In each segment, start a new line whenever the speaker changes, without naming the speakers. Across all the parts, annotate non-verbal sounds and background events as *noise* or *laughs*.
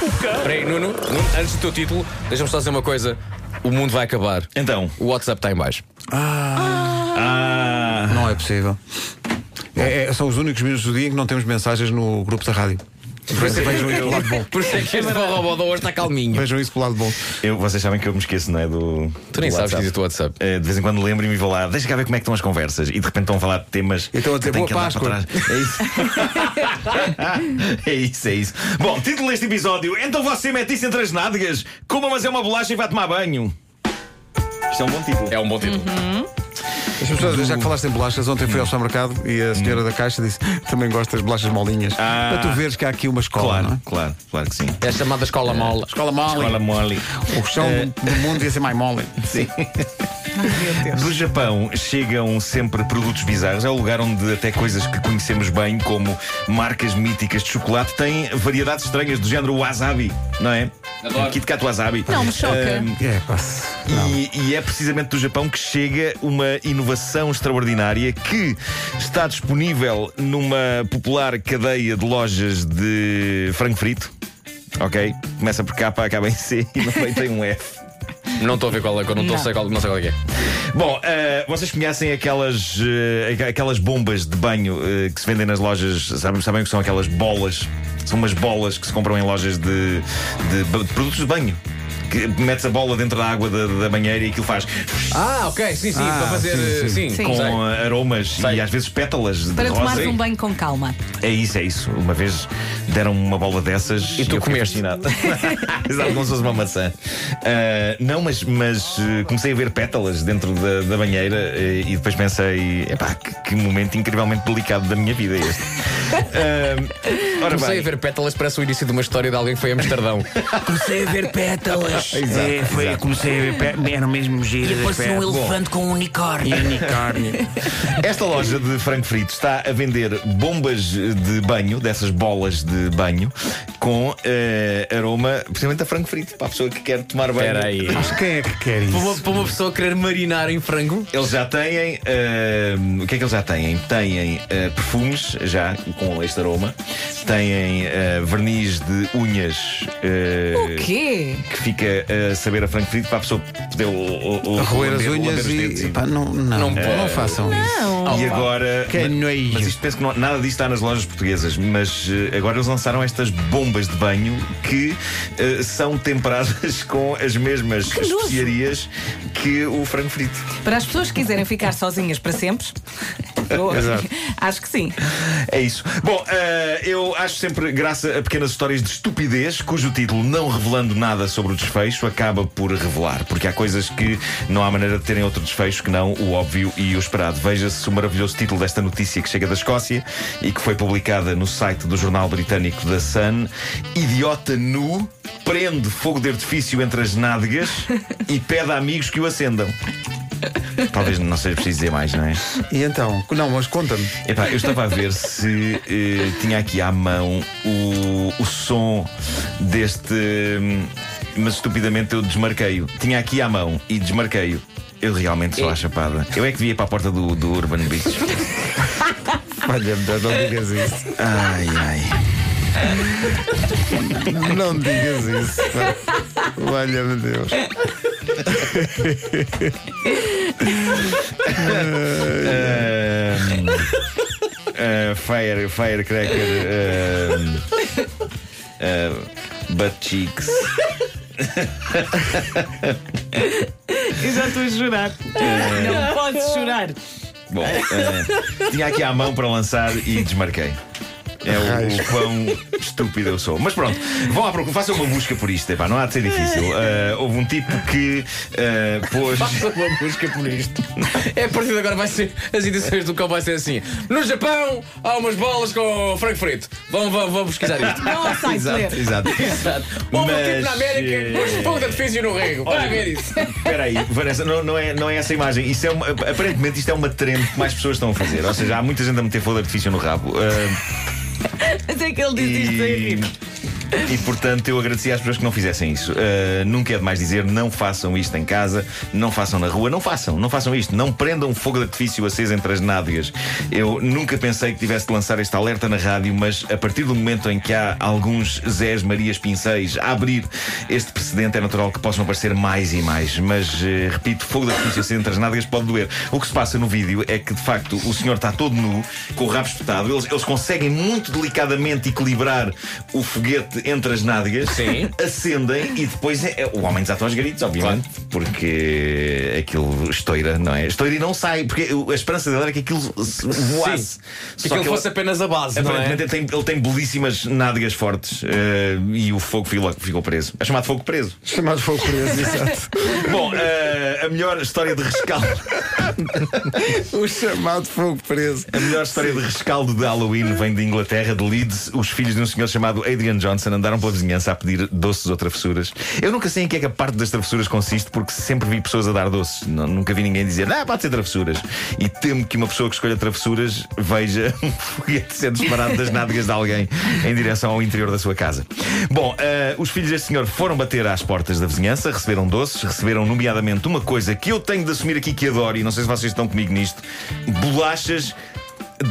nunca.
Peraí, Nuno, Nuno, antes do teu título, deixa-me só dizer uma coisa. O mundo vai acabar.
Então.
O WhatsApp está em baixo.
Ah,
Não é possível. É- é- são os únicos minutos do dia em que não temos mensagens no grupo da rádio. Vejam isso pelo lado bom.
Por isso é que este Robodó hoje está calminho.
Vejam isso pelo lado bom.
eu, vocês sabem que eu me esqueço, não é? Do.
Tu nem
do
sabes
WhatsApp.
dizer o teu WhatsApp.
Eh, de vez em quando lembro-me e vou lá, deixa cá ver como é que estão as conversas. E de repente estão a falar de temas.
E estão a
que
dizer,
têm
"Boa
que andar
Páscoa."
para trás. É isso.
*laughs*
é isso, *laughs* é isso. Bom, título deste episódio: Então você mete isso entre as nádegas, coma, mas é uma bolacha e vai tomar banho. Isto é um bom título.
É um bom título.
As pessoas, já que falaste em bolachas, ontem fui ao supermercado e a senhora da caixa disse também gosto das bolachas molinhas.
Ah.
Para tu veres que há aqui uma escola. não
Claro,
é?
claro, claro que sim.
É a chamada escola mola.
Escola mole.
Olha, mole.
O chão do do mundo ia ser mais mole.
Sim. Do Japão chegam sempre produtos bizarros. É o lugar onde até coisas que conhecemos bem, como marcas míticas de chocolate, têm variedades estranhas do género wasabi, não é?
Adoro.
Kit Kat wasabi.
Não, me choca.
Ahm,
É, passa.
e, e é precisamente do Japão que chega uma inovação extraordinária que está disponível numa popular cadeia de lojas de frango frito. Ok? Começa por K, acaba em C e no meio tem um F.
Não estou a ver qual é, que eu não, estou a
Não.
sei qual, não sei qual é que é.
Bom, eh, vocês conhecem aquelas, eh, aqu- aquelas bombas de banho eh, que se vendem nas lojas? Sabem, sabem o que são aquelas bolas? São umas bolas que se compram em lojas de, de ba- de produtos de banho. Que metes a bola dentro da água da, da banheira e aquilo faz
Ah, ok, sim, sim,
Ah,
para fazer. eh,
sim, sim.
Sim,
Sim.
com
sei.
eh, aromas
Sei.
e às vezes pétalas de
Para
rosa.
tomares um banho com calma.
É isso, é isso. Uma vez deram uma bola dessas
E tu
eu fiquei
comeste.
fascinado. *laughs* Exato, como se fosse uma maçã. Ah, não, mas, mas eh, comecei a ver pétalas dentro da, da banheira eh, e depois pensei, epá, que, que momento incrivelmente delicado da minha vida este. Ah, ora
Comecei
bem,
a ver pétalas, parece o início de uma história de alguém que foi a Amsterdão.
Comecei a ver pétalas.
Exato, exato.
É, comecei a ver pétalas. Era mesmo giro. E apareceu um elefante com um unicórnio. unicórnio.
Esta loja de frango frito está a vender bombas de banho, dessas bolas de banho, com eh, aroma, precisamente a frango frito, para a pessoa que quer tomar banho.
Espera aí.
Mas quem é que quer
Para
isso?
uma, para uma pessoa querer marinar em frango?
Eles já têm. ah, o que é que eles já têm? Têm ah, perfumes, já, com este aroma. Têm ah, verniz de unhas. ah,
O quê?
Que fica a saber a frango frito para a pessoa poder o- o- o-
Roer as
lamber-
unhas
lamber os
e.
dedos
pá, não, não,
Não
não façam isso.
Não.
E agora.
Que
ma-
nojo.
Mas isto penso que não- nada disto está nas lojas portuguesas, mas eh, agora eles lançaram estas bombas de banho que eh, são temperadas *laughs* com as mesmas
nojo.
especiarias que o frango frito.
Para as pessoas que quiserem ficar sozinhas
*laughs*
para sempre, eu-
Exato.
acho que sim.
É isso. Bom, eh, eu acho sempre graça a pequenas histórias de estupidez, cujo título, não revelando nada sobre o desfecho, acaba por revelar. Porque há coisas que não há maneira de terem outro desfecho que não o óbvio e o esperado. Veja-se o maravilhoso título desta notícia que chega da Escócia e que foi publicada no site do jornal britânico The Sun: Idiota nu prende fogo de artifício entre as nádegas e pede a amigos que o acendam. Talvez não seja preciso dizer mais, não é?
E então? Não, mas conta-me.
Epá, eu estava a ver se eh, tinha aqui à mão o, o som deste. hum, Mas estupidamente eu desmarquei-o. Tinha aqui à mão e desmarquei-o. Eu realmente sou a chapada. Eu é que via para a porta do, do Urban Beach.
Olha-me, não digas isso.
Ai, ai.
Não digas isso. Valha-me Deus.
Ahm, ah, fire, firecracker. ahm, ah, butt cheeks.
Eu já estou a jurar. Eh, Não podes jurar.
Bom,
É.
eh, tinha aqui à mão para lançar e desmarquei. É o, o quão estúpido eu sou. Mas pronto, vão à procura, façam uma busca por isto, epá, não há de ser difícil.
É.
Eh, houve um tipo que eh, pôs.
Faça uma busca por isto. É a partir de agora vai ser. As edições do cão vai ser assim. No Japão há umas bolas com frango frito. Vão, vão, vão pesquisar
*laughs*
isto.
Não ao site
Ah, *laughs* Exato,
ler.
exato.
*laughs* Exato. Houve um tipo
Mas,
na América que pôs
eh,
fogo de artifício no rego. Vai ver isso.
Espera aí, Vanessa, não, não é, não é essa a imagem. Isto é uma- aparentemente isto é uma trend que mais pessoas estão a fazer. Ou seja, há muita gente a meter fogo de artifício no rabo. Eh,
Mas é que ele diz isto a rir.
E portanto eu agradecia às pessoas que não fizessem isso. Uh, nunca é demais dizer, não façam isto em casa, não façam na rua, não façam, não façam isto, não prendam fogo de artifício aceso entre as nádegas. Eu nunca pensei que tivesse de lançar este alerta na rádio, mas a partir do momento em que há alguns Zés Marias Pinceis a abrir este precedente, é natural que possam aparecer mais e mais. Mas eh, repito, fogo de artifício aceso entre as nádegas pode doer. O que se passa no vídeo é que de facto o senhor está todo nu, com o rabo espetado, eles, eles conseguem muito delicadamente equilibrar o foguete entre as nádegas,
Sim.
acendem e depois é- é- o homem desata aos gritos, obviamente, porque aquilo estoura, não é? Estoura e não sai, porque o- a esperança dele era que aquilo se- voasse.
Sim. Que aquilo fosse
ele-
apenas a base, não é?
Aparentemente ele tem, ele tem belíssimas nádegas fortes eh, e o fogo ficou, ficou preso. É chamado
*laughs*
fogo preso.
Chamado fogo preso, exato.
Bom, eh, a melhor história de rescaldo.
*laughs* O chamado fogo preso.
A melhor história de rescaldo de Halloween vem de Inglaterra, de Leeds. Os filhos de um senhor chamado Adrian Johnson andaram pela vizinhança a pedir doces ou travessuras. Eu nunca sei em que é que a parte das travessuras consiste, porque sempre vi pessoas a dar doces. Não- nunca vi ninguém dizer, ah, pode ser travessuras. E temo que uma pessoa que escolha travessuras veja *laughs* um foguete ser disparado das nádegas de alguém em direção ao interior da sua casa. Bom, eh, os filhos deste senhor foram bater às portas da vizinhança, receberam doces, receberam, nomeadamente, uma coisa que eu tenho de assumir aqui que adoro, e não sei se vocês estão comigo nisto: bolachas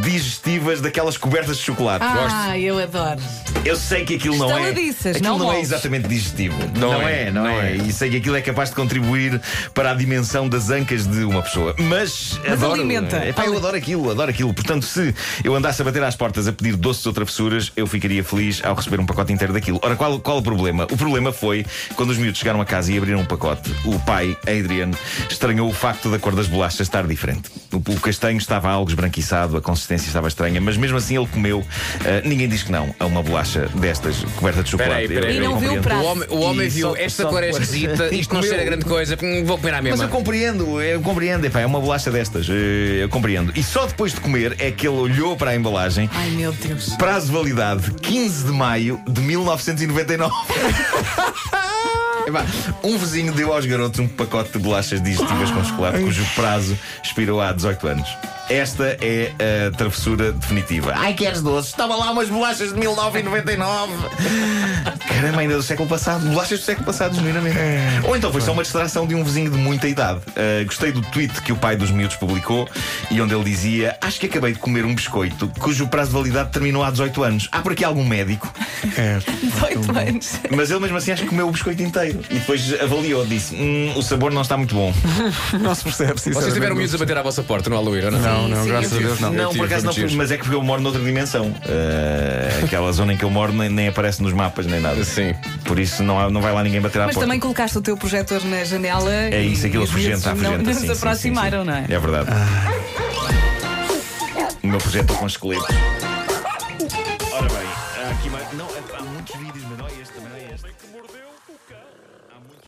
digestivas daquelas cobertas de chocolate.
Ah, eu adoro.
Eu sei que aquilo não é.
Estaladiças,
Aquilo
não
não é
moles.
exatamente digestivo.
Não é,
é, não,
não
é.
é.
E sei que aquilo é capaz de contribuir para a dimensão das ancas de uma pessoa. Mas, adoro.
alimenta.
Epá, eu adoro aquilo, adoro aquilo. Portanto, se eu andasse a bater às portas a pedir doces ou travessuras, eu ficaria feliz ao receber um pacote inteiro daquilo. Ora, qual, qual o problema? O problema foi quando os miúdos chegaram a casa e abriram o pacote, o pai, Adrian, estranhou o facto da cor das bolachas estar diferente. O, o castanho estava algo esbranquiçado, a consistência estava estranha, mas mesmo assim ele comeu. Ah, ninguém diz que não a uma bolacha destas coberta é de chocolate.
Peraí, peraí.
Eu-
E
eu
não viu o
compreendo.
prato.
O homem, o homem
E
viu,
só-
esta
só
cor é
depois.
esquisita,
*laughs*
isto não
Comeu.
cheira grande coisa, hum, vou comer à
Mas
mesma.
eu compreendo, eu compreendo, epá, é uma bolacha destas, eh, eu compreendo. E só depois de comer é que ele olhou para a embalagem.
Ai, meu Deus.
Prazo de validade 15 de maio de 1999. Epá, um vizinho deu aos garotos um pacote de bolachas digestivas com chocolate cujo prazo expirou há 18 anos. Esta é a travessura definitiva. Ai, queres doce? Estava lá umas bolachas de 1999. Caramba, ainda do século passado. Bolachas do século passado, genuinamente. Ou então foi só uma distração de um vizinho de muita idade. Ah, gostei do tweet que o pai dos miúdos publicou e onde ele dizia: Acho que acabei de comer um biscoito cujo prazo de validade terminou há 18 anos. Há por aqui algum médico?
18 anos.
Mas ele mesmo assim acho que comeu o biscoito inteiro. E depois avaliou, disse: "Hum, o sabor não está muito bom.
Não se percebe, sinceramente.
Vocês tiveram miúdos a bater à vossa porta no Halloween, ou não?
é
é?
Não, não,
Sim,
graças
sim,
a
eu
Deus não.
Eu
não,
tive
por acaso não
muitos
fui, mas é que porque eu moro noutra dimensão. Ah, aquela zona em que eu moro nem, nem aparece nos mapas nem nada.
Sim.
Por isso não, há- não vai lá ninguém bater à
Mas
porta.
também colocaste o teu projetor na janela.
Ah, É isso, aquilo afugenta,
Não,
afugenta.
não
sim, sim,
se
sim,
aproximaram,
sim.
não é?
É verdade. O meu projeto com esqueletos. Ora bem, há aqui mais. Não, há muitos vídeos, mas não é este, também não é este.